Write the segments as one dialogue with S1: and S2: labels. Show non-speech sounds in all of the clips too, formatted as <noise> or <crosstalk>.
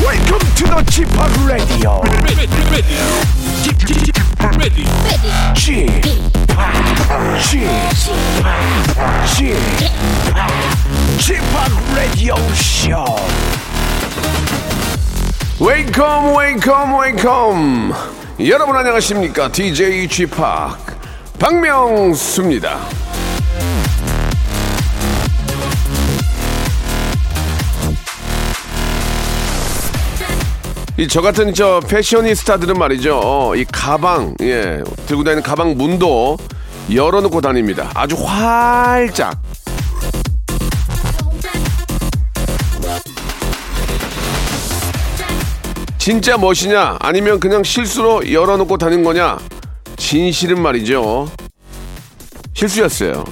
S1: Welcome to the g p o p Radio.
S2: ready, ready, ready, ready.
S1: g p o p G p o p Radio Show. Welcome, welcome, welcome. 여러분 안녕하십니까? DJ g p o p 박명수입니다. 이 저 같은 저 패셔니스타들은 말이죠. 어, 이 가방, 예, 들고 다니는 가방 문도 열어놓고 다닙니다. 아주 활짝. 진짜 멋이냐? 아니면 그냥 실수로 열어놓고 다닌 거냐? 진실은 말이죠. 실수였어요.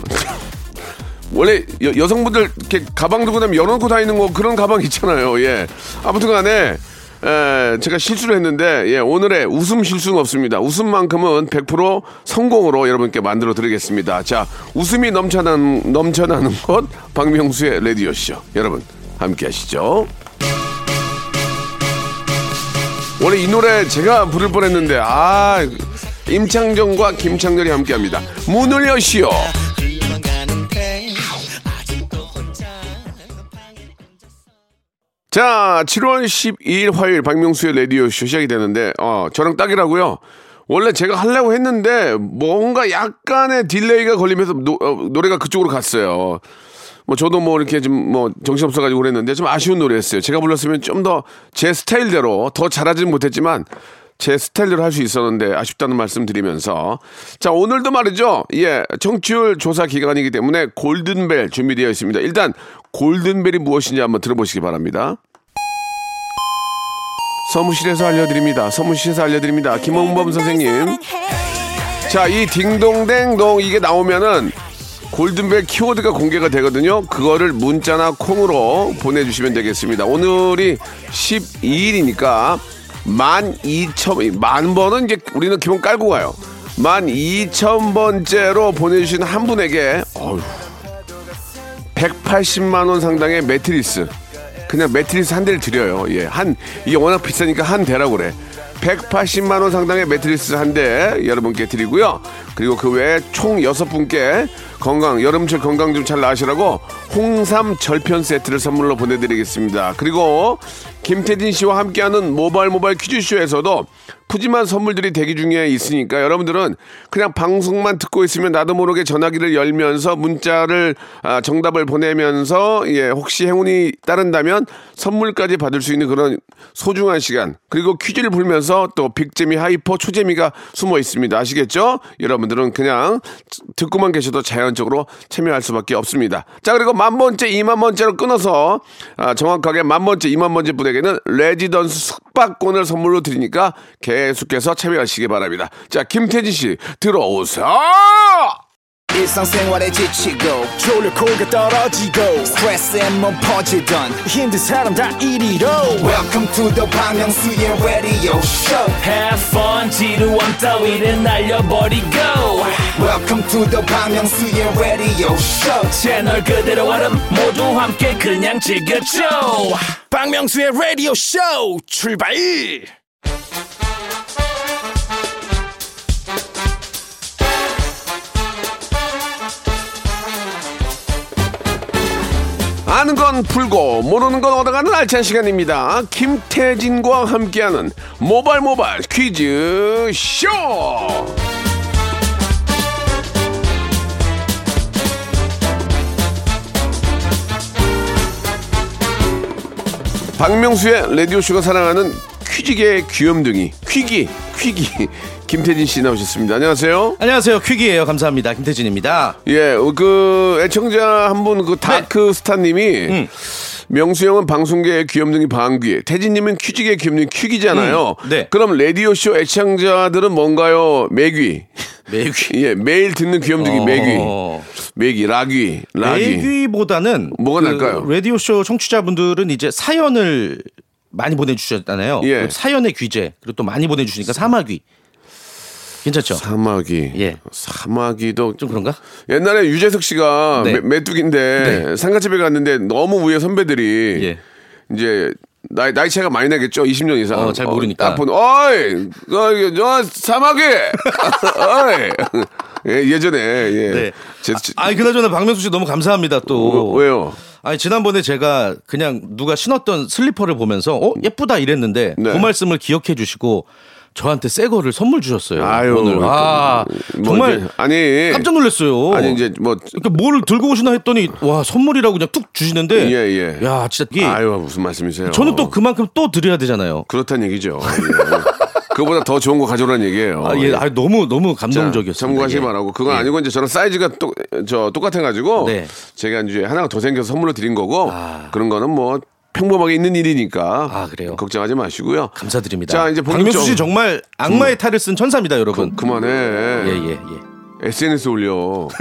S1: 원래 여, 여성분들 이렇게 가방 들고 다니면 열어놓고 다니는 거 그런 가방 있잖아요. 예. 아무튼 간에 에, 제가 실수를 했는데 예, 오늘의 웃음 실수는 없습니다. 웃음만큼은 100% 성공으로 여러분께 만들어 드리겠습니다. 자, 웃음이 넘쳐나는, 넘쳐나는 <laughs> 곳 박명수의 레디오쇼. 여러분 함께 하시죠. 원래 이 노래 제가 부를 뻔했는데 아 임창정과 김창렬이 함께합니다. 문을 여시오. 자, 7월 12일 화요일 박명수의 라디오쇼 시작이 되는데, 어, 저랑 딱이라고요. 원래 제가 하려고 했는데, 뭔가 약간의 딜레이가 걸리면서 노, 래가 그쪽으로 갔어요. 뭐, 저도 뭐, 이렇게 좀, 뭐, 정신없어가지고 그랬는데, 좀 아쉬운 노래였어요. 제가 불렀으면 좀 더 제 스타일대로 더 잘하지는 못했지만, 제 스타일대로 할 수 있었는데 아쉽다는 말씀 드리면서 자 오늘도 말이죠 예 청취율 조사 기간이기 때문에 골든벨 준비되어 있습니다 일단 골든벨이 무엇인지 한번 들어보시기 바랍니다 서무실에서 알려드립니다 서무실에서 알려드립니다 김홍범 선생님 자 이 딩동댕동 이게 나오면은 골든벨 키워드가 공개가 되거든요 그거를 문자나 콩으로 보내주시면 되겠습니다 오늘이 12일이니까 만 이천 만 번은 이제 우리는 기본 깔고 가요 만 이천 번째로 보내주신 한 분에게 어휴 180만 원 상당의 매트리스 그냥 매트리스 한 대를 드려요. 예, 한 이게 워낙 비싸니까 한 대라고 그래. 180만 원 상당의 매트리스 한 대 여러분께 드리고요. 그리고 그 외에 총 여섯 분께 건강 여름철 건강 좀 잘 나으시라고 홍삼 절편 세트를 선물로 보내드리겠습니다. 그리고 김태진 씨와 함께하는 모발 모발 퀴즈쇼에서도 푸짐한 선물들이 대기 중에 있으니까 여러분들은 그냥 방송만 듣고 있으면 나도 모르게 전화기를 열면서 문자를 아, 정답을 보내면서 예, 혹시 행운이 따른다면 선물까지 받을 수 있는 그런 소중한 시간 그리고 퀴즈를 풀면서 또 빅재미 하이퍼 초재미가 숨어 있습니다 아시겠죠? 여러분들은 그냥 듣고만 계셔도 자연적으로 참여할 수밖에 없습니다 자 그리고 만 번째 이만 번째로 끊어서 아, 정확하게 만 번째 이만 번째 분에게는 레지던스 숙박권을 선물로 드리니까 계속해서 참여하시기 바랍니다 자 김태진 씨 들어오세요
S3: 일상생활에 지치고, 졸려 코가 떨어지고, 스트레스에 몸 퍼지던, 힘든 사람 다 이리로. welcome to the Bang Myung-soo's radio show
S4: Have fun 지루함 따위를 날려버리고
S3: welcome to the Bang Myung-soo's radio show
S4: 채널 그대로 얼음 모두 함께 그냥 즐겨줘
S2: 박명수의 라디오 쇼 출발!
S1: 아는 건 풀고 모르는 건 얻어가는 알찬 시간입니다. 김태진과 함께하는 모발 모발 퀴즈 쇼. 박명수의 라디오 쇼가 사랑하는 퀴즈계의 귀염둥이 퀴기 퀴기 김태진 씨 나오셨습니다. 안녕하세요.
S5: 안녕하세요. 퀵이에요. 감사합니다. 김태진입니다.
S1: 예, 어, 그 애청자 한 분 그
S5: 네.
S1: 다크스타님이
S5: 음.
S1: 명수 형은 방송계의 귀염둥이 방귀, 태진님은 퀴즈계의 귀염둥이 퀴기잖아요.
S5: 음, 네.
S1: 그럼 라디오 쇼 애청자들은 뭔가요? 매귀. <laughs>
S5: 매귀.
S1: 예, 매일 듣는 귀염둥이
S5: 어.
S1: 매귀. 매귀, 라귀, 라귀.
S5: 매귀보다는 그
S1: 뭐가 날까요?
S5: 라디오 쇼 청취자분들은 이제 사연을 많이 보내주셨잖아요.
S1: 예.
S5: 그리고 사연의 귀재 그리고 또 많이 보내주시니까 사마귀 괜찮죠?
S1: 사마귀.
S5: 예.
S1: 사마귀도
S5: 좀 그런가?
S1: 옛날에 유재석 씨가
S5: 네.
S1: 메- 메뚜기인데 상가집에 갔는데 너무 위에 선배들이
S5: 예.
S1: 이제 나이, 나이 차이가 많이 나겠죠? 20년 이상.
S5: 어, 잘 모르니까.
S1: 앞은, 어이! 어이! 저, 사마귀! <laughs> 어이! 예, 예전에, 예.
S5: 네.
S1: 제,
S5: 아, 아니, 그나저나 박명수 씨 너무 감사합니다 또.
S1: 어, 왜요?
S5: 아니 지난번에 제가 그냥 누가 신었던 슬리퍼를 보면서 어 예쁘다 이랬는데
S1: 네.
S5: 그 말씀을 기억해 주시고 저한테 새 거를 선물 주셨어요.
S1: 아유,
S5: 오늘 아
S1: 뭐
S5: 정말
S1: 이제, 아니.
S5: 깜짝 놀랐어요.
S1: 아니, 이제 뭐,
S5: 그러니까 뭘 들고 오시나 했더니 와 선물이라고 그냥 툭 주시는데
S1: 예, 예.
S5: 야 진짜 이게
S1: 아유, 무슨 말씀이세요?
S5: 저는 또 그만큼 또 드려야 되잖아요.
S1: 그렇다는 얘기죠. 예. 그거보다 더 좋은 거 가져오라는 어, 얘기예요.
S5: 아, 예, 아 너무 너무 예.
S1: 자,
S5: 감동적이었어요.
S1: 참고하시기 바라고 그건 아니고 이제 저는 사이즈가 똑, 저 똑같아가지고
S5: 네.
S1: 제가 이제 하나가 더 생겨서 선물로 드린 거고 그런 거는 뭐 평범하게 있는 일이니까
S5: 아, 그래요?
S1: 걱정하지 마시고요.
S5: 감사드립니다.
S1: 자, 이제 본격적- 음.
S5: 박명수 씨 정말 악마의 탈을 쓴 천사입니다, 여러분.
S1: 그만해.
S5: 예, 예, 예.
S1: SNS 올려. <laughs>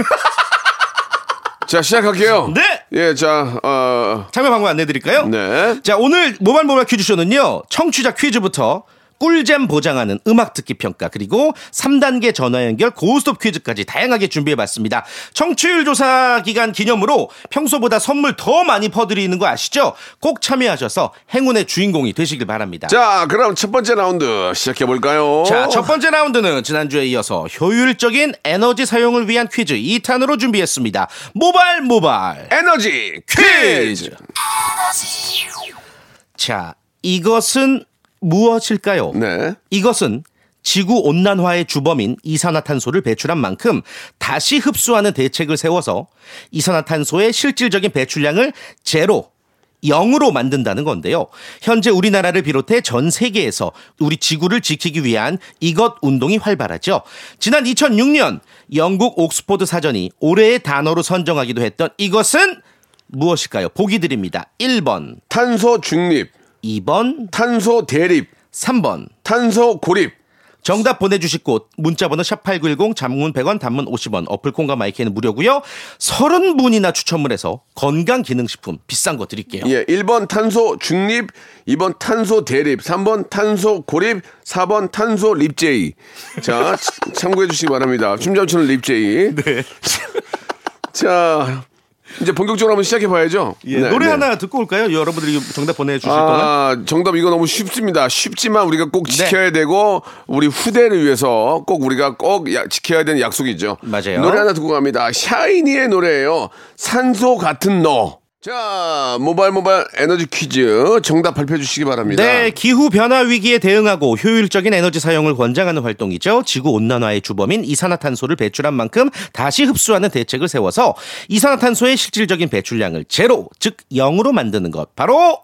S1: 자 시작할게요.
S5: 네!
S1: 예, 자, 어,
S5: 참여 방법 안내 드릴까요?
S1: 네.
S5: 자, 오늘 모발 모발 퀴즈쇼는요, 청취자 퀴즈부터 꿀잼 보장하는 음악 듣기 평가, 그리고 3단계 전화 연결 고스톱 퀴즈까지 다양하게 준비해 봤습니다. 청취율 조사 기간 기념으로 평소보다 선물 더 많이 퍼드리는 거 아시죠? 꼭 참여하셔서 행운의 주인공이 되시길 바랍니다.
S1: 자 그럼 첫 번째 라운드 시작해 볼까요?
S5: 자, 첫 번째 라운드는 지난주에 이어서 효율적인 에너지 사용을 위한 퀴즈 2탄으로 준비했습니다. 모발 모발.
S1: 에너지 퀴즈.
S5: 자, 이것은 무엇일까요?
S1: 네.
S5: 이것은 지구 온난화의 주범인 이산화탄소를 배출한 만큼 다시 흡수하는 대책을 세워서 이산화탄소의 실질적인 배출량을 제로 0으로 만든다는 건데요. 현재 우리나라를 비롯해 전 세계에서 우리 지구를 지키기 위한 이것 운동이 활발하죠. 지난 2006년 영국 옥스포드 사전이 올해의 단어로 선정하기도 했던 이것은 무엇일까요? 보기 드립니다. 1번,
S1: 탄소 중립,
S5: 2번,
S1: 탄소 대립,
S5: 3번.
S1: 탄소 고립.
S5: 정답 보내주실 곳 문자번호 샵8910 장문 100원 단문 50원 어플콘과 마이크는 무료고요 30분이나 추첨을해서 건강기능식품 비싼 거 드릴게요
S1: 예, 1번 탄소 중립, 2번 탄소 대립, 3번 탄소 고립, 4번 탄소 립제이. 자, 참- 참고해 주시기 바랍니다. 춤잘 추는 립제이. 네. <laughs> 자, 이제 본격적으로 한번 시작해 봐야죠. 네,
S5: 예, 노래 하나 듣고 올까요? 여러분들이 정답 보내주실 동안 네.
S1: 아, 정답 이거 너무 쉽습니다. 쉽지만 우리가 꼭 지켜야 되고 우리 후대를 위해서 꼭 우리가 꼭 야- 지켜야 되는 약속이죠.
S5: 맞아요.
S1: 노래 하나 듣고 갑니다. 샤이니의 노래예요. 산소 같은 너. 자, 모발 모발 에너지 퀴즈 정답 발표해 주시기 바랍니다.
S5: 네, 기후 변화 위기에 대응하고 효율적인 에너지 사용을 권장하는 활동이죠. 지구 온난화의 주범인 이산화탄소를 배출한 만큼 다시 흡수하는 대책을 세워서 이산화탄소의 실질적인 배출량을 제로, 즉 0으로 만드는 것 바로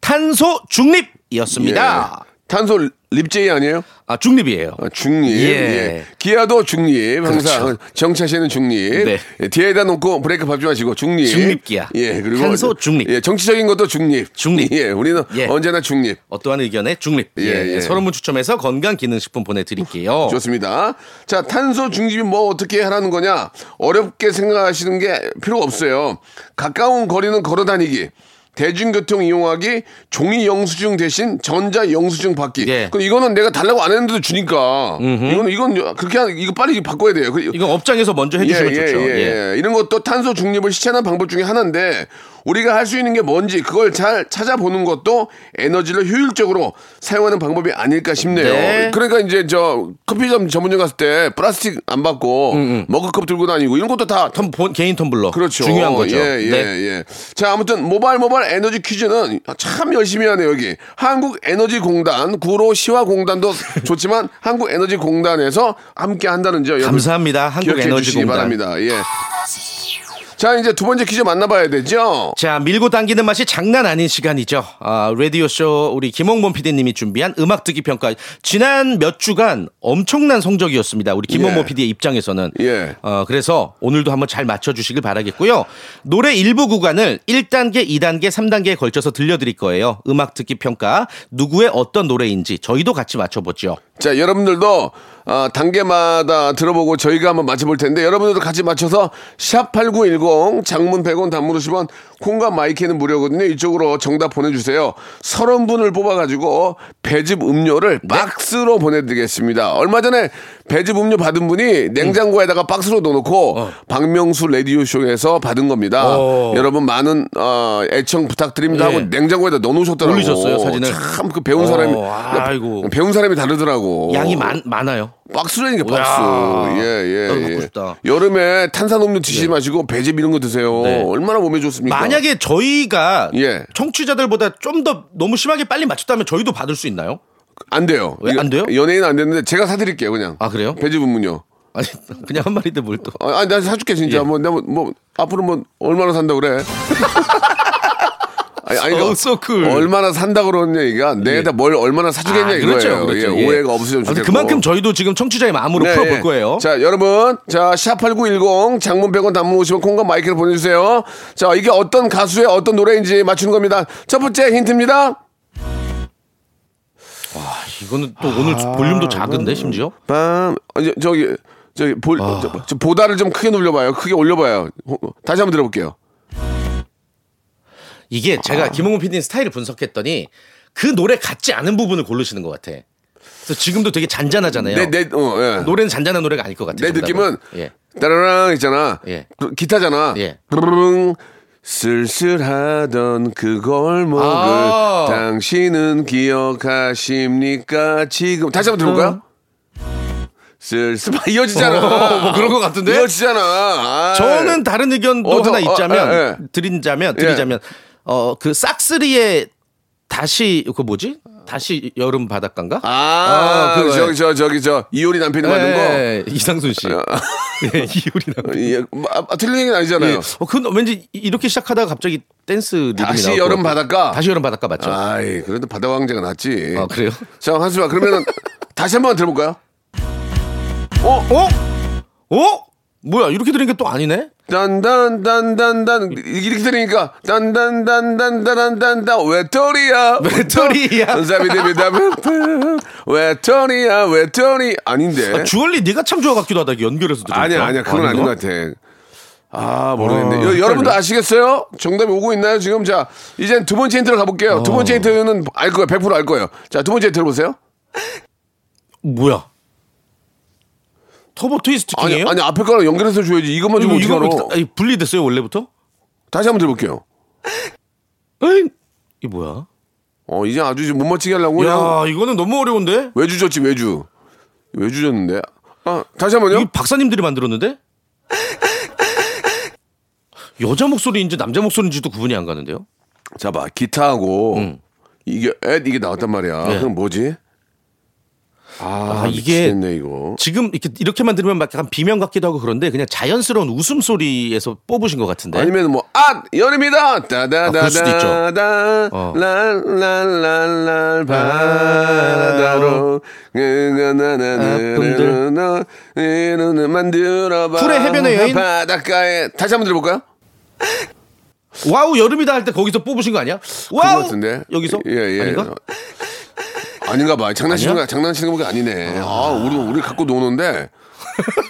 S5: 탄소 중립이었습니다.
S1: 예. 탄소 립제이 아니에요?
S5: 아, 중립이에요.
S1: 아, 중립.
S5: 예.
S1: 예. 기아도 중립. 항상
S5: 그렇죠.
S1: 정차 씨는 중립.
S5: 네.
S1: 예, 뒤에다 놓고 브레이크 밟지 마시고 중립.
S5: 중립 기아.
S1: 예. 그리고
S5: 탄소 중립.
S1: 예. 정치적인 것도 중립.
S5: 중립.
S1: 예. 우리는
S5: 예.
S1: 언제나 중립.
S5: 어떠한 의견에 중립.
S1: 예,
S5: 예,
S1: 예. 어,
S5: 예. 서른 분 추첨해서 건강기능식품 보내드릴게요.
S1: 좋습니다. 자, 탄소 중립이 뭐 어떻게 하라는 거냐? 어렵게 생각하시는 게 필요 없어요. 가까운 거리는 걸어 다니기. 대중교통 이용하기, 종이 영수증 대신 전자 영수증 받기.
S5: 예.
S1: 그럼 이거는 내가 달라고 안 했는데도 주니까. 이거는 이건 그렇게 하- 이거 빨리 바꿔야 돼요. 그-
S5: 이거 업장에서 먼저 해주시면 좋죠. 예,
S1: 예. 이런 것도 탄소 중립을 실천하는 방법 중에 하나인데 우리가 할 수 있는 게 뭔지 그걸 잘 찾아보는 것도 에너지를 효율적으로 사용하는 방법이 아닐까 싶네요.
S5: 네.
S1: 그러니까 이제 저 커피점 전문점 갔을 때 플라스틱 안
S5: 음,
S1: 받고 머그컵 들고 다니고 이런 것도 다
S5: 텀- 본- 개인 텀블러.
S1: 그렇죠.
S5: 중요한 거죠.
S1: 예, 예,
S5: 네.
S1: 예. 자, 아무튼 모발 모발 에너지 퀴즈는 참 열심히 하네요, 여기. 한국 에너지 공단, 구로 시화 공단도 <laughs> 좋지만 한국 에너지 공단에서 함께 한다는 점 여러분
S5: 감사합니다.
S1: 기억해 주시기
S5: 한국에너지공단.
S1: 바랍니다. 예. 자, 이제 두 번째 퀴즈 만나봐야 되죠.
S5: 자, 밀고 당기는 맛이 장난 아닌 시간이죠. 아, 라디오쇼 우리 김홍범 PD님이 준비한 음악 듣기 평가. 지난 몇 주간 엄청난 성적이었습니다. 우리 김홍범
S1: 예.
S5: PD의 입장에서는.
S1: 예.
S5: 어, 그래서 오늘도 한번 잘 맞춰주시길 바라겠고요. 노래 일부 구간을 1단계, 2단계, 3단계에 걸쳐서 들려드릴 거예요. 음악 듣기 평가. 누구의 어떤 노래인지 저희도 같이 맞춰보죠.
S1: 자, 여러분들도 아, 단계마다 들어보고 저희가 한번 맞춰볼 텐데 여러분들도 같이 맞춰서 샵8910 장문 100원 단문 50원 콩과 마이키는 무료거든요. 이쪽으로 정답 보내주세요. 서른 분을 뽑아가지고 배즙
S5: 네.
S1: 음료를 박스로 보내드리겠습니다. 얼마 전에 배즙 음료 받은 분이 냉장고에다가 박스로 넣어놓고 박명수 라디오 쇼에서 받은 겁니다.
S5: 어.
S1: 여러분 많은 어, 애청 부탁드립니다 하고
S5: 예.
S1: 냉장고에다 넣어놓으셨더라고요.
S5: 올리셨어요, 사진을?
S1: 참 그 배운
S5: 어,
S1: 사람이
S5: 아이고.
S1: 배운 사람이 다르더라고.
S5: 양이 많, 많아요.
S1: 박수라니까 박수.
S5: 야.
S1: 예예
S5: 나도
S1: 예.
S5: 먹고 싶다.
S1: 여름에 탄산음료 드시지 마시고 배즙 이런 거 드세요.
S5: 네.
S1: 얼마나 몸에 좋습니까?
S5: 만약에 저희가
S1: 그러니까. 예.
S5: 청취자들보다 좀 더 너무 심하게 빨리 맞췄다면 저희도 받을 수 있나요?
S1: 안 돼요.
S5: 왜안 돼요?
S1: 연예인 안 되는데 제가 사드릴게요 그냥.
S5: 아, 그래요?
S1: 배즙 음료.
S5: 아니 <laughs> 그냥 한 마리인데 뭘 또?
S1: 아, 아니, 나 사줄게 진짜.
S5: 예.
S1: 뭐, 나 뭐, 뭐, 앞으로 뭐 얼마나 산다
S5: <laughs>
S1: 그래. 아니, 아니,
S5: So, so cool. 예.
S1: 얼마나 산다 그러는 얘기가 내다 뭘 얼마나 사주겠냐
S5: 아,
S1: 이거예요.
S5: 그렇죠, 그렇죠.
S1: 예,
S5: 예.
S1: 오해가 없으면 좋겠고.
S5: 아무튼 그만큼 저희도 지금 청취자의 마음으로
S1: 네,
S5: 풀어볼
S1: 예.
S5: 거예요.
S1: 자, 여러분. 자, 샵8910 장문 100원 단문 50원 콩과 마이크를 보내주세요. 자, 이게 어떤 가수의 어떤 노래인지 맞추는 겁니다. 첫 번째 힌트입니다.
S5: 이거는 또 오늘 볼륨도 작은데 심지어
S1: 빰. 아, 저- 저기, 저기, 볼,
S5: 아.
S1: 저- 저 보다를 좀 크게 눌려봐요. 크게 올려봐요. 호- 다시 한번 들어볼게요.
S5: 이게
S1: 아.
S5: 제가 김홍훈 PD님 스타일을 분석했더니 그 노래 같지 않은 부분을 고르시는 것 같아. 그래서 지금도 되게 잔잔하잖아요.
S1: 네, 네, 어, 예.
S5: 노래는 잔잔한 노래가 아닐 것 같아요.
S1: 내
S5: 정답은.
S1: 느낌은
S5: 예.
S1: 따라랑 있잖아.
S5: 예.
S1: 그 기타잖아.
S5: 예.
S1: 부르릉 쓸쓸하던 그 골목을
S5: 아.
S1: 당신은 기억하십니까? 지금 다시 한번 들어볼까요? 쓸쓸 이어지잖아.
S5: 어, 뭐 그런 것 같은데?
S1: 이어지잖아. 아.
S5: 저는 다른 의견도
S1: 어서-
S5: 하나 있자면
S1: 어, 예, 예.
S5: 드린자면 드리자면 어 그 싹쓰리의 다시 그 뭐지? 다시 여름 바닷가인가?
S1: 아,
S5: 아,
S1: 그
S5: 그거,
S1: 저기 저 저기 저 이효리 남편이 만든 거.
S5: 예, 이상순
S1: <laughs>
S5: 씨.
S1: 어.
S5: 예, 이효리 남.
S1: 예, 아, 아, 틀린 얘기는 아니잖아요.
S5: 어, 그건 왠지 이렇게 시작하다가 갑자기 댄스 리듬이
S1: 다시
S5: 나올 것
S1: 여름
S5: 같아요.
S1: 바닷가?
S5: 다시 여름 바닷가 맞죠? 아,
S1: 아이, 그래도 바다 왕자가 낫지.
S5: 그래요?
S1: 자, 한수아
S5: <laughs>
S1: 그러면은 다시 한번 들어볼까요? 어,
S5: 어? 어? 뭐야 이렇게 들으니까 또 아니네?
S1: 딴딴딴딴딴 이렇게 들으니까 딴딴딴딴딴딴딴 외톨이야
S5: 외톨이야.
S1: 산사비디비다비프. 외톨이야 외톨이 아닌데
S5: 아, 주얼리 네가 참 좋아 같기도 하다 이게 연결해서 들으니까
S1: 아니야 아니야 그건 아닌 것
S5: 아닌가?
S1: 같아 아 모르겠네
S5: 아,
S1: 여- 여러분도
S5: 헷갈려.
S1: 아시겠어요? 정답이 오고 있나요 지금 자 이젠 두 번째 힌트로 가볼게요 두
S5: 어.
S1: 번째 힌트는 알 거예요 100%알 거예요 자 두 번째 힌트 들어보세요
S5: 뭐야? 터보 트위스트
S1: 아니
S5: 킹이에요? 뭐
S1: 아니 앞에 거랑 연결해서 줘야지 이것만 주면
S5: 이거
S1: 어떡하노
S5: 이거 분리됐어요 원래부터?
S1: 다시 한번 들어볼게요
S5: 에이, 이 뭐야?
S1: 어 이제 아주 이제 못 맞히게 하려고 그냥
S5: 야 이거는 너무 어려운데?
S1: 왜 주셨지 왜 주? 왜 주셨는데? 아 다시
S5: 이
S1: 한번요.
S5: 박사님들이 만들었는데? 여자 목소리인지 남자 목소리인지도 구분이 안 가는데요?
S1: 자봐 기타하고 이게 앳 이게 나왔단 말이야.
S5: 네.
S1: 그럼 뭐지? 아,
S5: 아, 이게
S1: 미치겠네 이거.
S5: 지금 이렇게 이렇게만 들으면 막 약간 비명 같기도 하고 그런데 그냥 자연스러운 웃음 소리에서 뽑으신 것 같은데.
S1: 아니면 뭐아 여름이다
S5: 그럴 수도 있죠.
S1: 따다다다다
S5: 어.
S1: 랄랄랄랄 바다로
S5: 아픔들.
S1: 그나나나나나 이눈을 만들어봐
S5: 쿨의 해변의 여인?
S1: 바닷가에 다시 한번 들어볼까요?
S5: 와우 여름이다 할 때 거기서 뽑으신 거 아니야? 와우
S1: 그거 같은데
S5: 여기서
S1: 예, 예.
S5: 아닌가?
S1: 아닌가 봐 장난치는
S5: 아니야?
S1: 거 장난치는 게 아니네 아, 우리 우리 갖고 노는데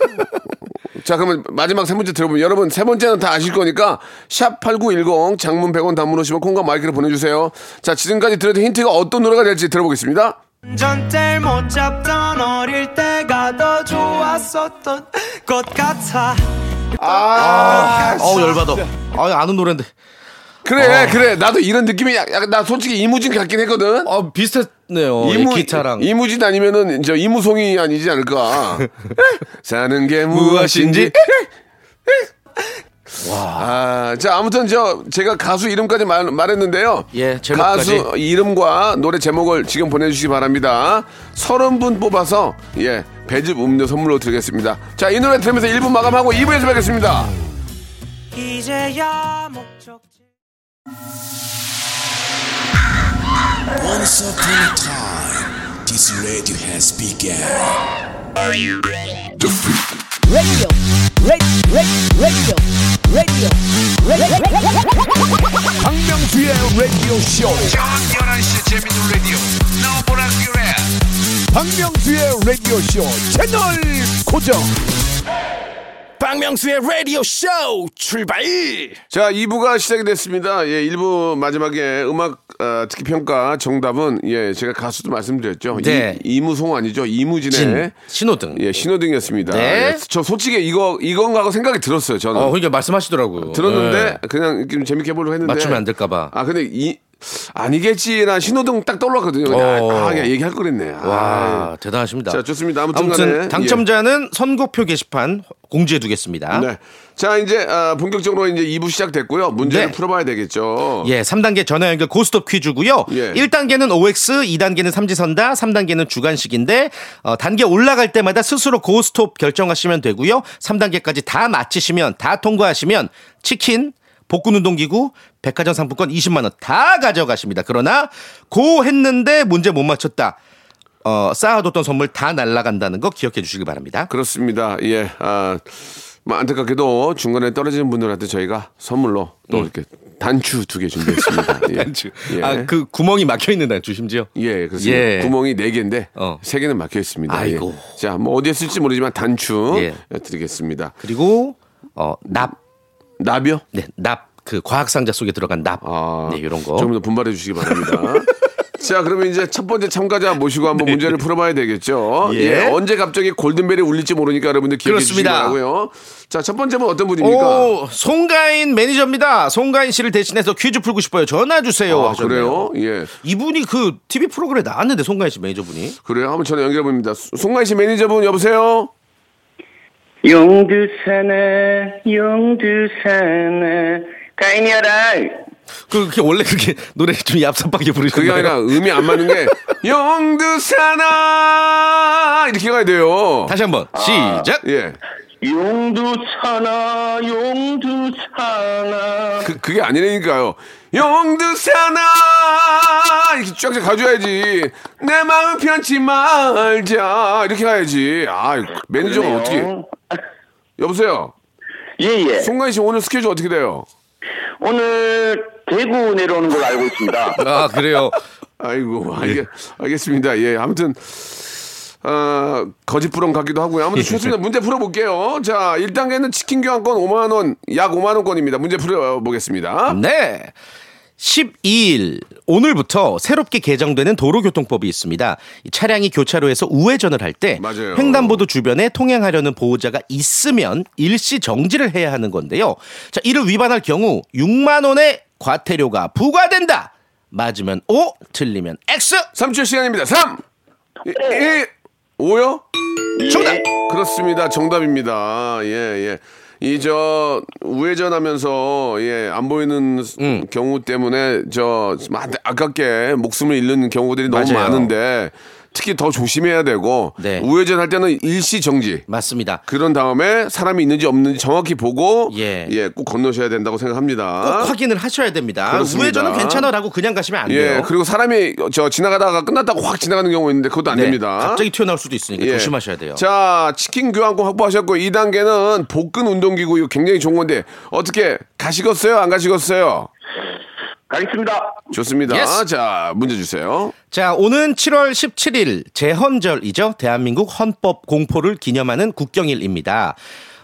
S1: <laughs> 자 그러면 마지막 세 번째 들어보면 여러분 세 번째는 다 아실 거니까 샵8910 장문 100원 단문 오시면 콩과 마이크를 보내주세요 자 지금까지 들었던 힌트가 어떤 노래가 될지 들어보겠습니다
S6: 전뗄 못 잡던 어릴 때가 더 좋았었던 것 같아
S1: 아,
S5: 어우 열받아. 아 아는 노래인데. 아.
S1: 그래 그래 나도 이런 느낌이 약- 약간 나 솔직히 이무진 같긴 했거든
S5: 아 비슷했네요.
S1: 이무,
S5: 예, 기타랑
S1: 이무진 아니면은 저 이무송이 아니지
S5: <laughs>
S1: 않을까. 사는 게 무엇인지. 와. 아, 자 아무튼 저 제가 가수 이름까지 말, 말했는데요.
S5: 예, 제목까지.
S1: 가수 이름과 노래 제목을 지금 보내주시기 바랍니다. 서른 분 뽑아서 예 배즙 음료 선물로 드리겠습니다. 자 이 노래 들으면서 1분 마감하고 2부에서 뵙겠습니다.
S6: 이제야 목적지
S7: Once upon a time, this radio has begun.
S8: radio, radio, radio, radio, radio, radio.
S2: 박명수의 라디오 쇼. 저녁 11시 재밌는 라디오. 너보라 그래. 박명수의 라디오 쇼 채널 고정. 박명수의 라디오 쇼 출발.
S1: 자, 2부가 시작이 됐습니다. 예, 1부 마지막에 음악 어, 특기 평가 정답은 예, 제가 가수도 말씀드렸죠.
S5: 네.
S1: 이, 이무송 아니죠. 이무진의
S5: 진, 신호등.
S1: 네. 예, 신호등이었습니다.
S5: 네.
S1: 예, 저 솔직히 이거 이건가 하고 생각이 들었어요. 저는.
S5: 어, 그러니까 말씀하시더라고요.
S1: 들었는데
S5: 네.
S1: 그냥 좀 재밌게 해보려고 했는데
S5: 맞추면 안 될까 봐.
S1: 아, 근데 이 아니겠지. 나 신호등 딱 떠올랐거든요. 그냥
S5: 어.
S1: 아, 그냥 얘기할 걸 그랬네. 아.
S5: 와 대단하십니다.
S1: 자, 좋습니다. 아무튼
S5: 아무튼
S1: 간에, 예.
S5: 당첨자는 선곡표 게시판 공지해 두겠습니다.
S1: 네. 자, 이제 아, 본격적으로 이제 2부 시작됐고요. 문제를
S5: 네.
S1: 풀어봐야 되겠죠.
S5: 예, 3단계 전화 연결 고스톱 퀴즈고요.
S1: 예.
S5: 1단계는 OX, 2단계는 삼지선다, 3단계는 주간식인데 어, 단계 올라갈 때마다 스스로 고스톱 결정하시면 되고요. 3단계까지 다 마치시면 다 통과하시면 치킨, 복근 운동기구, 백화점 상품권 20만 원 다 가져가십니다. 그러나 고 했는데 문제 못 맞췄다. 어, 쌓아뒀던 선물 다 날라간다는 거 기억해 주시기 바랍니다.
S1: 그렇습니다. 예. 아, 뭐 안타깝게도 중간에 떨어지는 분들한테 저희가 선물로 또 이렇게 단추 두 개
S5: <laughs>
S1: 준비했습니다. 예. 예.
S5: 음. 아, 그 구멍이 막혀 있는 단추 심지어.
S1: 예, 그렇습니다.
S5: 예.
S1: 구멍이 네개인데
S5: 어.
S1: 세개는 막혀 있습니다. 예.
S5: 아이고.
S1: 자, 뭐 어디에 쓸지 모르지만 단추
S5: 예.
S1: 드리겠습니다.
S5: 그리고 어, 납
S1: 나비요?
S5: 네, 납. 그 과학 상자 속에 들어간 납.
S1: 아,
S5: 네, 이런 거.
S1: 조금 더 분발해 주시기
S5: <laughs>
S1: 바랍니다. 자, 그러면 이제 첫 번째 참가자 모시고 한번 문제를 풀어봐야 되겠죠.
S5: 네. 예.
S1: 예. 언제 갑자기 골든벨이 울릴지 모르니까 여러분들 기억해 주시기
S5: 그렇습니다.
S1: 바라고요. 자, 첫 번째 분 어떤 분입니까?
S5: 오, 송가인 매니저입니다. 송가인 씨를 대신해서 퀴즈 풀고 싶어요. 전화 주세요.
S1: 아,
S5: 하셨네요.
S1: 그래요? 예.
S5: 이분이 그 TV 프로그램에 나왔는데 송가인 씨 매니저분이.
S1: 그래요? 한번 전화 연결해 봅니다. 송가인 씨 매니저분 여보세요?
S9: 용두산아 용두산아 가인이야라
S5: 그 그게 원래 그렇게 <laughs> 노래 좀 얍삽하게 부르시는
S1: 그게 아니라 음이 안 맞는
S5: <laughs>
S1: 게 영두산아 이렇게 가야 돼요.
S5: 다시 한번 시작.
S1: 예.
S9: 용두산아 용두산아
S1: 그, 그게 아니라니까요. 영두산아 이렇게 쫙쫙 가줘야지. 내 마음 편치 말자 이렇게 가야지. 아 매니저가 어떻게? 여보세요.
S9: 예예
S1: 송가인 씨 오늘 스케줄 어떻게 돼요?
S9: 오늘 대구 내려오는 걸로 알고 있습니다
S5: 아 그래요.
S1: 아이고 알겠, 알겠습니다. 예 아무튼 아 거짓부렁 같기도 하고요. 아무튼 좋습니다. 문제 풀어볼게요. 자 1단계는 치킨 교환권 5만 원 약 5만 원권입니다. 문제 풀어보겠습니다.
S5: 네. 12일 오늘부터 새롭게 개정되는 도로교통법이 있습니다. 이 차량이 교차로에서 우회전을 할 때
S1: 맞아요.
S5: 횡단보도 주변에 통행하려는 보호자가 있으면 일시 정지를 해야 하는 건데요. 자, 이를 위반할 경우 6만 원의 과태료가 부과된다. 맞으면 O, 틀리면 X.
S1: 3초 시간입니다. 3 1 5요?
S5: 정답.
S1: 그렇습니다. 정답입니다. 예, 예. 이 저 우회전하면서 예 안 보이는 스-
S5: 음.
S1: 경우 때문에 저 좀 아- 아깝게 목숨을 잃는 경우들이 너무
S5: 맞아요.
S1: 많은데 특히 더 조심해야 되고
S5: 네.
S1: 우회전할 때는 일시 정지.
S5: 맞습니다.
S1: 그런 다음에 사람이 있는지 없는지 정확히 보고
S5: 예.
S1: 꼭 건너셔야 된다고
S5: 꼭
S1: 생각합니다.
S5: 확인을 하셔야 됩니다.
S1: 아? 그렇습니다.
S5: 우회전은 괜찮아라고 그냥 가시면 안 돼요.
S1: 예, 그리고 사람이 저 지나가다가 끝났다고 확 지나가는 경우 있는데 그것도 안
S5: 네,
S1: 됩니다.
S5: 갑자기 튀어나올 수도 있으니까
S1: 예.
S5: 조심하셔야 돼요.
S1: 자, 치킨 교환권 확보하셨고 2단계는 복근 운동기구 이거 굉장히 좋은 건데 어떻게 가시겠어요? 안 가시겠어요?
S9: 가겠습니다
S1: 좋습니다.
S5: Yes.
S1: 자, 문제 주세요.
S5: 자, 오는 7월 17일 제헌절이죠. 대한민국 헌법 공포를 기념하는 국경일입니다.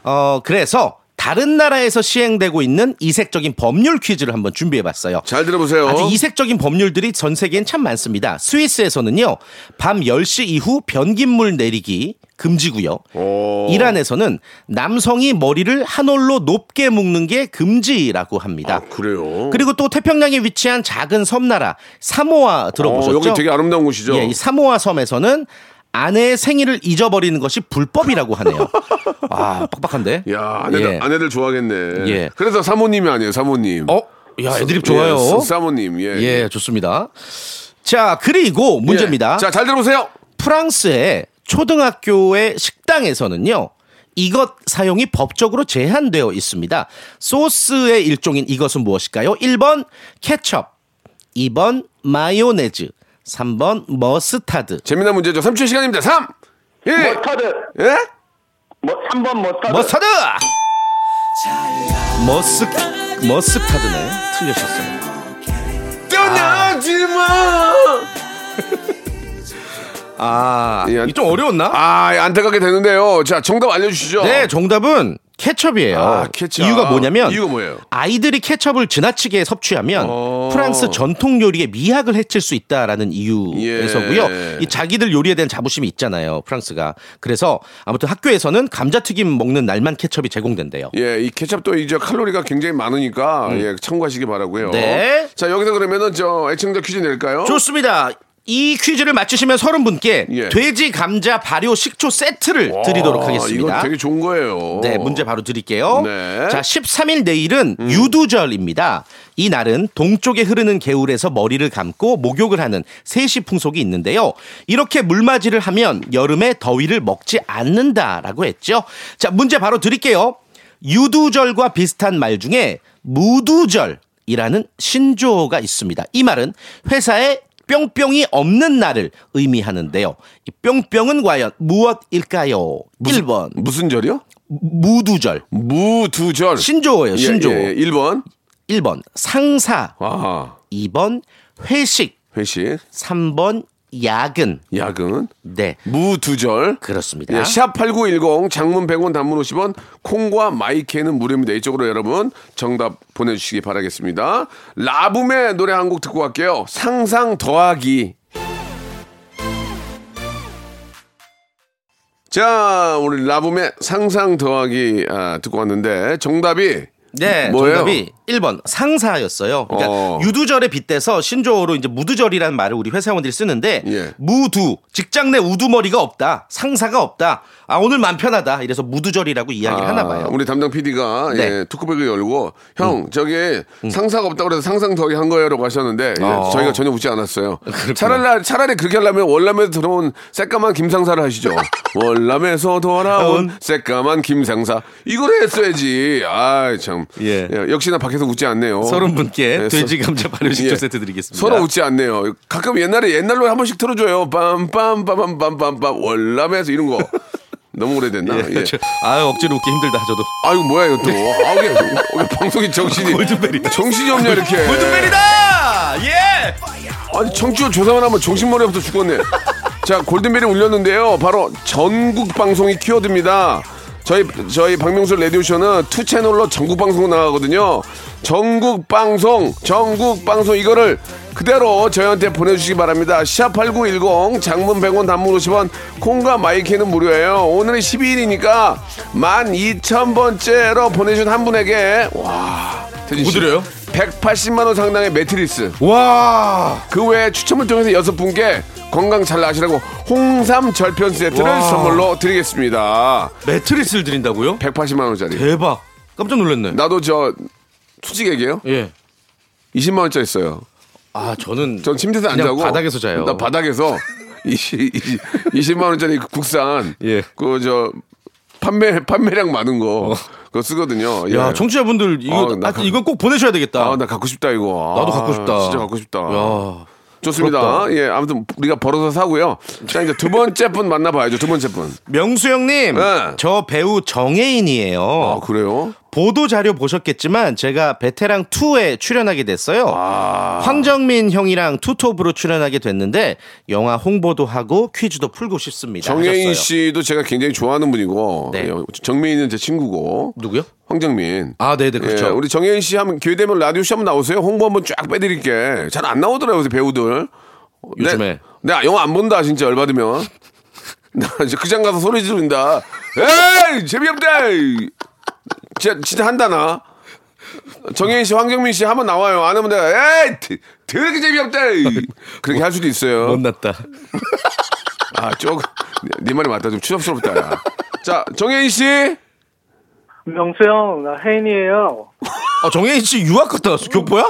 S5: 어, 그래서 다른 나라에서 시행되고 있는 이색적인 법률 퀴즈를 한번 준비해 봤어요.
S1: 잘 들어보세요.
S5: 아주 이색적인 법률들이 전 세계엔 참 많습니다. 스위스에서는요, 밤 10시 이후 변기물 내리기 금지고요.
S1: 오.
S5: 이란에서는 남성이 머리를 한 올로 높게 묶는 게 금지라고 합니다.
S1: 아, 그래요.
S5: 그리고 또 태평양에 위치한 작은 섬나라 사모아 들어보셨죠?
S1: 어, 여기 되게 아름다운 곳이죠.
S5: 예, 이 사모아 섬에서는 아내의 생일을 잊어버리는 것이 불법이라고
S1: <laughs>
S5: 하네요. 아, 빡빡한데?
S1: 야, 아내들,
S5: 예.
S1: 아내들 좋아하겠네.
S5: 예.
S1: 그래서 사모님이 아니에요, 사모님.
S5: 어? 야, 애드립 좋아요.
S1: 예, 사모님. 예.
S5: 예, 좋습니다. 자, 그리고 문제입니다.
S1: 예. 자, 잘 들어보세요.
S5: 프랑스의 초등학교의 식당에서는요. 이것 사용이 법적으로 제한되어 있습니다. 소스의 일종인 이것은 무엇일까요? 1번 케첩, 2번 마요네즈, 3번 머스타드.
S1: 재미난 문제죠. 3초 시간입니다. 3 1
S9: 머스타드
S1: 예?
S9: 뭐 3번 머스타드
S5: 머스타드! 머스, 머스타드네. 틀리셨어요.
S1: 떠나지
S5: <laughs>
S1: 마.
S5: 아,
S1: 예.
S5: 이좀 어려웠나? 아,
S1: 아, 안타깝게 되는데요. 자, 정답 알려 주시죠.
S5: 네, 정답은 케첩이에요.
S1: 아, 케첩.
S5: 이유가 뭐냐면
S1: 이유가 뭐예요?
S5: 아이들이 케첩을 지나치게 섭취하면
S1: 어.
S5: 프랑스 전통 요리의 미학을 해칠 수 있다라는 이유에서고요.
S1: 예.
S5: 이 자기들 요리에 대한 자부심이 있잖아요. 프랑스가. 그래서 아무튼 학교에서는 감자튀김 먹는 날만 케첩이 제공된대요.
S1: 예, 이 케첩도 이제 칼로리가 굉장히 많으니까 예, 참고하시기 바라고요.
S5: 음. 네.
S1: 자, 여기서 그러면은 저 애청자 퀴즈 낼까요?
S5: 좋습니다. 이 퀴즈를 맞추시면 서른 분께
S1: 예.
S5: 돼지 감자 발효 식초 세트를 드리도록
S1: 아,
S5: 하겠습니다.
S1: 이거 되게 좋은 거예요.
S5: 네, 문제 바로 드릴게요.
S1: 어. 네. 음.
S5: 자, 13일 내일은 유두절입니다. 이 날은 동쪽에 흐르는 개울에서 머리를 감고 목욕을 하는 세시 풍속이 있는데요. 이렇게 물맞이를 하면 여름에 더위를 먹지 않는다라고 했죠. 자, 문제 바로 드릴게요. 유두절과 비슷한 말 중에 무두절 이라는 신조어가 있습니다. 이 말은 회사에 뿅뿅이 없는 날을 의미하는데요. 이 뿅뿅은 과연 무엇일까요? 1번.
S1: 무슨 절이요?
S5: 무두절.
S1: 무두절.
S5: 신조어예요,
S1: 예,
S5: 신조어.
S1: 예, 예. 1번.
S5: 1번 상사,
S1: 아,
S5: 2번 회식,
S1: 회식,
S5: 3번 야근.
S1: 야근,
S5: 네.
S1: 무두절.
S5: 그렇습니다.
S1: 예, 샵8910 장문 100원 단문 50원 콩과 마이케는 무료입니다. 이쪽으로 여러분 정답 보내주시기 바라겠습니다. 라붐의 노래 한 곡 듣고 갈게요. 상상 더하기. 자, 우리 라붐의 상상 더하기 아, 듣고 왔는데 정답이
S5: 네,
S1: 뭐예요?
S5: 정답이 1번 상사였어요. 그러니까
S1: 어.
S5: 유두절에 빗대서 신조어로 이제 무두절이라는 말을 우리 회사원들이 쓰는데
S1: 예.
S5: 무두 직장 내 우두머리가 없다, 상사가 없다. 아 오늘 맘 편하다. 이래서 무두절이라고 이야기를
S1: 아,
S5: 하나 봐요.
S1: 우리 담당 PD가
S5: 네. 음.
S1: 예, 투쿠백을 열고 형 저기 상사가 없다고 그래서 상상 더하기 한 거예요라고 하셨는데 예,
S5: 어.
S1: 저희가 전혀 웃지 않았어요. 차라리 차라리 그렇게 하려면 월남에서 들어온 새까만 김상사를
S5: <laughs>
S1: 하시죠. 월남에서 돌아온
S5: 음.
S1: 새까만 김상사 이걸 했어야지. 아참
S5: 예.
S1: 역시나 밖에서 웃지 않네요.
S5: 서른 분께
S1: 예,
S5: 돼지 감자 발효 식초
S1: 예.
S5: 세트 드리겠습니다.
S1: 서로 웃지 않네요. 가끔 옛날에 옛날로 한 번씩 틀어줘요. 빰빰빰빰빰빰빰 월남에서 이런
S5: <laughs>
S1: 거 너무 오래됐나? 예.
S5: 그렇죠. 아유 억지로 웃기 힘들다 저도.
S1: 아유 뭐야 이거 또. 아 이게 이게 방송이 정신이
S5: 아, 골든벨이다.
S1: 정신이 없냐 이렇게.
S5: 골든벨이다. 예.
S1: 아니 청취율 조사만 하면 정신머리부터 죽었네. 자 골든벨이 울렸는데요. 바로 전국 방송이 키워듭니다. 저희 저희 박명수 레디오쇼는 투 채널로 전국 방송 나가거든요. 전국 방송, 전국 방송 이거를 그대로 저희한테 보내주시기 바랍니다. 샵8910 장문 100원 단문 50원 콩과 마이키는 무료예요. 오늘은 12일이니까 12,000번째로 보내준 한 분에게 와 대진 씨,
S5: 드려요?
S1: 180만 원 상당의 매트리스
S5: 와.
S1: 그 외에 추첨을 통해서 여섯 분께 건강 잘 나시라고 홍삼 절편 세트를 선물로 드리겠습니다.
S5: 매트리스를 드린다고요?
S1: 180만 원짜리.
S5: 대박. 깜짝 놀랐네.
S1: 나도 저 솔직히 얘기해요.
S5: 예.
S1: 20만 원짜리 있어요.
S5: 아 저는
S1: 전 침대에서 안
S5: 그냥
S1: 자고
S5: 바닥에서 자요.
S1: 나 바닥에서 20, 20, 만 원짜리 그 국산
S5: 예.
S1: 그 저 판매 판매량 많은 거 그거 쓰거든요. 예.
S5: 어. 야 청취자분들 이거
S1: 아, 나
S5: 아,
S1: 가-
S5: 이건 꼭 보내셔야 되겠다.
S1: 아, 나 아. 갖고 싶다 이거. 아,
S5: 나도 갖고 싶다.
S1: 진짜 갖고 싶다.
S5: 야.
S1: 좋습니다.
S5: 부럽다.
S1: 예, 아무튼 우리가 벌어서 사고요. 자, 이제 두 번째 분 만나봐야죠. 두 번째 분.
S5: 명수 형님,
S1: 네.
S5: 저 배우 정혜인이에요.
S1: 아, 그래요?
S5: 보도 자료 보셨겠지만 제가 베테랑 2에 출연하게 됐어요.
S1: 아.
S5: 황정민 형이랑 투톱으로 출연하게 됐는데 영화 홍보도 하고 퀴즈도 풀고 싶습니다.
S1: 정혜인
S5: 하셨어요.
S1: 씨도 제가 굉장히 좋아하는 분이고
S5: 네.
S1: 예, 정민이는 제 친구고
S5: 누구요?
S1: 황정민.
S5: 아, 네네 그렇죠.
S1: 예, 우리 정혜인 씨 한번 기회 되면 라디오 시 한번 나오세요. 홍보 한번 쫙 빼드릴게. 잘 안 나오더라고요 요새 배우들. 어,
S5: 요즘에.
S1: 내가 영화 안 본다 진짜 열받으면. <laughs> 나 이제 그장 가서 소리 지른다. 에이 재미없다. 에이. 진짜 진짜 한다 나. 정혜인 씨, 황정민 씨 한번 나와요. 안 하면 내가 에이 드- 더럽게
S5: <laughs>
S1: 재미없다. 에이. 그렇게 할 수도 있어요.
S5: 못났다.
S1: 아, 조금. 네 말이 맞다. 좀 추잡스럽다, 야. 자, 정혜인 씨.
S10: 명수 형, 나 혜인이에요.
S5: 아, 정혜인 씨 유학 갔다 왔어. 교포야?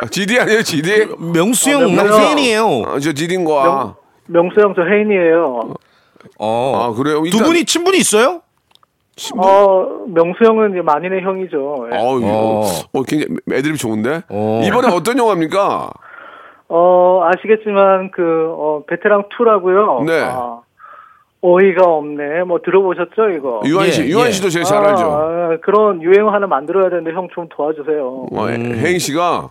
S1: 아, GD 아니에요, GD?
S5: 명수 형, 나
S10: 명수 형.
S5: 팬이에요.
S1: 아, 저 GD인 거야.
S10: 명수 형, 저 혜인이에요.
S5: 어.
S1: 아, 그래요?
S5: 두
S1: 일단-
S5: 분이 친분이 있어요?
S10: 어, 명수 형은 이제 만인의 형이죠. 예.
S1: 어우,
S5: 어.
S1: 어, 굉장히 애드립 좋은데?
S5: 어.
S1: 이번에 어떤
S5: <laughs>
S1: 영화입니까?
S10: 어, 아시겠지만, 그, 어, 베테랑 2라고요.
S1: 네.
S10: 아, 어이가 없네. 뭐, 들어보셨죠, 이거?
S1: 유한 씨,
S5: 예,
S1: 유한
S5: 예.
S1: 씨도 제일 잘
S10: 아,
S1: 알죠?
S10: 아, 그런 유행어 하나 만들어야 되는데, 형 좀 도와주세요.
S1: 와, 혜인 씨가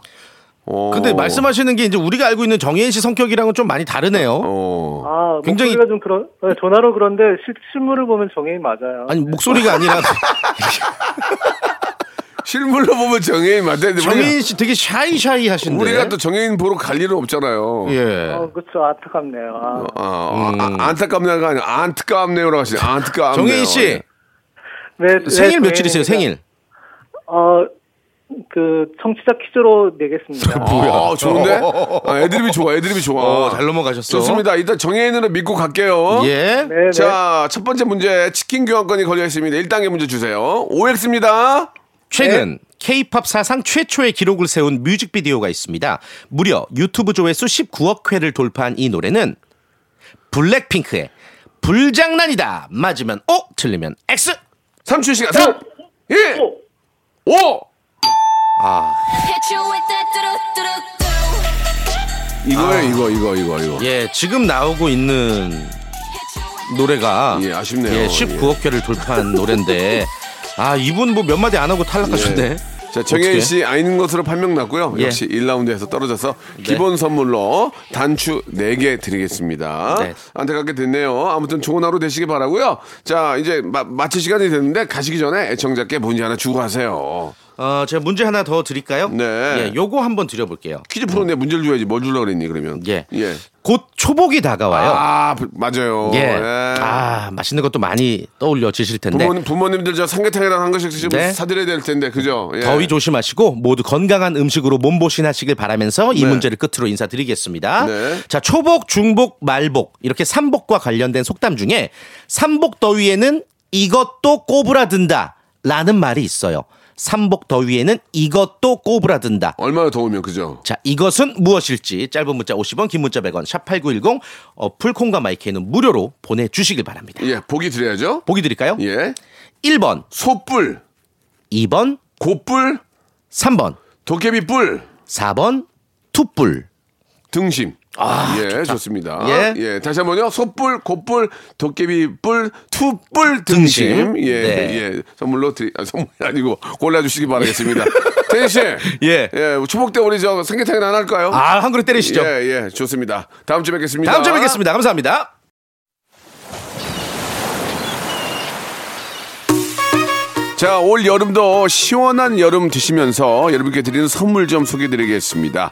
S1: 어.
S5: 음. 근데 말씀하시는 게 이제 우리가 알고 있는 정혜인 씨 성격이랑은 좀 많이 다르네요.
S1: 어.
S10: 아,
S5: 굉장히-
S10: 목소리가 좀 그런 네, 전화로 그런데 실, 실물을 보면 정해인 맞아요.
S5: 아니
S1: <laughs>
S5: 목소리가 아니라
S1: 실물로 보면 정혜인 맞는데
S5: 정혜인 씨 되게 샤이샤이 하신데.
S1: 우리가 또 정혜인 보러 갈 일은 없잖아요.
S5: 예. 음.
S10: 어, 그렇죠. 안타깝네요. 아,
S5: 어.
S1: 아, 아, 아, 안타깝네요가 아니라 안타깝네요라고 하시네. 안타깝네요.
S5: 정혜인 씨
S1: 예.
S10: 네, 네,
S5: 생일
S10: 정해인이가-
S5: 며칠이세요? 생일.
S10: 어, 그 청취자 퀴즈로
S5: <laughs>
S10: 내겠습니다.
S5: 뭐.
S1: 아, 좋은데? 아, 애드립이 좋아, 애드립이 좋아.
S5: 그 어, 잘 넘어가셨어.
S1: 좋습니다. 일단 정혜인으로 믿고 갈게요.
S5: 예.
S10: 네, 네.
S1: 자, 첫 번째 문제 치킨 교환권이 걸려 있습니다. 1단계 문제 주세요. OX입니다.
S5: 최근 K-팝 사상 최초의 기록을 세운 뮤직비디오가 있습니다. 무려 유튜브 조회수 19억 회를 돌파한 이 노래는 블랙핑크의 불장난이다. 맞으면 O, 틀리면 X.
S1: 3초 시간. 3, 1, 5. 이거예요, 이거, 이거, 이거, 이거.
S5: 예, 지금 나오고 있는 노래가
S1: 예, 아쉽네요.
S5: 예, 19억 회를 돌파한 노래인데 아, 이분 뭐 몇 마디 안 하고 탈락하셨네.
S1: 자, 정혜인
S5: 어떡해?
S1: 씨 아닌 것으로 판명났고요.
S5: 예. 네.
S1: 역시 1라운드에서 떨어져서 기본 선물로 단추 4개 드리겠습니다.
S5: 네.
S1: 안타깝게 됐네요. 아무튼 좋은 하루 되시기 바라고요. 자, 이제 마, 마칠 시간이 됐는데 가시기 전에 애청자께 문제 하나 주고 가세요.
S5: 어, 제가 문제 하나 더 드릴까요?
S1: 네.
S5: 예, 요거 한번 드려 볼게요.
S1: 퀴즈 푸는데 문제를 줘야지 뭘 주려고 그랬니 그러면.
S5: 네. 예. 곧 초복이 다가와요.
S1: 아, 부- 맞아요.
S5: 예.
S1: 예.
S5: 아, 맛있는 것도 많이 떠올려 지실 텐데.
S1: 부모님, 부모님들 저 삼계탕이랑 한 것씩 좀
S5: 네.
S1: 사드려야 될 텐데, 그죠? 예.
S5: 더위 조심하시고 모두 건강한 음식으로 몸보신하시길 바라면서 이
S1: 네.
S5: 문제를 끝으로 인사드리겠습니다.
S1: 네.
S5: 자, 초복, 중복, 말복 이렇게 삼복과 관련된 속담 중에 삼복 더위에는 이것도 꼬부라든다라는 말이 있어요. 삼복 더위에는 이것도 꼬부라든다.
S1: 얼마나 더우면, 그죠?
S5: 자, 이것은 무엇일지 짧은 문자 50원, 긴 문자 100원, 샵 8910 어, 풀콩과 마이크는 무료로 보내 주시길 바랍니다.
S1: 예, 보기 드려야죠.
S5: 보기 드릴까요?
S1: 예.
S5: 1번,
S1: 소뿔,
S5: 2번,
S1: 고뿔,
S5: 3번,
S1: 도깨비뿔,
S5: 4번, 투뿔.
S1: 등심. 예, 좋습니다. 예.
S5: 아, 예.
S1: 다시 한 번요. 소뿔, 고뿔, 도깨비뿔, 투뿔, 등심.
S5: 등심.
S1: 예,
S5: 네.
S1: 예. 선물로 드리, 아, 선물이 아니고 골라주시기
S5: <laughs>
S1: 바라겠습니다. 태희 씨.
S5: 예.
S1: 초복 때 우리 저 삼계탕이나 하나 할까요?
S5: 아, 한 그릇 때리시죠.
S1: 예, 예. 좋습니다. 다음 주에 뵙겠습니다.
S5: 다음 주에 뵙겠습니다. 감사합니다.
S1: 자, 올 여름도 시원한 여름 드시면서 여러분께 드리는 선물 좀 소개해 드리겠습니다.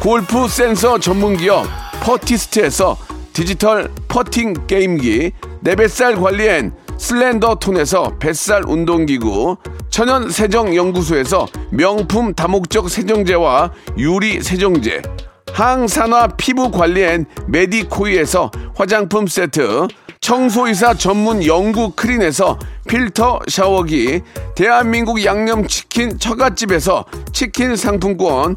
S1: 골프 센서 전문 기업 퍼티스트에서 디지털 퍼팅 게임기 내 뱃살 관리엔 슬렌더 톤에서 뱃살 운동기구 천연 세정 연구소에서 명품 다목적 세정제와 유리 세정제 항산화 피부 관리엔 메디코이에서 화장품 세트, 청소이사 전문 영구 크린에서 필터 샤워기, 대한민국 양념치킨 처갓집에서 치킨 상품권,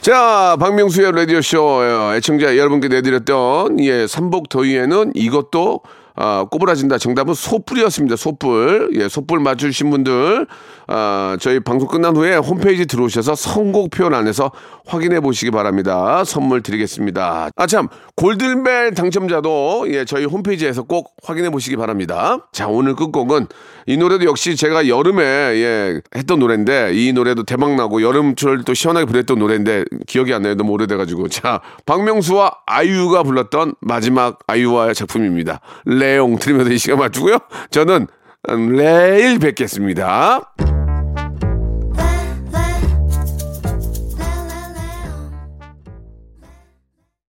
S1: 자, 박명수의 라디오쇼 어, 애청자 여러분께 내드렸던 예, 삼복 더위에는 이것도 아, 꼬부라진다. 정답은 소뿔이었습니다. 소뿔. 예, 소뿔 맞추신 분들, 아, 저희 방송 끝난 후에 홈페이지 들어오셔서 선곡표 안에서 확인해 보시기 바랍니다. 선물 드리겠습니다. 아, 참. 골든벨 당첨자도 예, 저희 홈페이지에서 꼭 확인해 보시기 바랍니다. 자, 오늘 끝곡은 이 노래도 역시 제가 여름에 예, 했던 노래인데 이 노래도 대박나고 여름철 또 시원하게 부렸던 노래인데 기억이 안 나요. 너무 오래돼가지고. 자, 박명수와 아이유가 불렀던 마지막 아이유와의 음, 작품입니다. 레옹 트리면서 이 시간 맞추고요. 저는 내일 뵙겠습니다.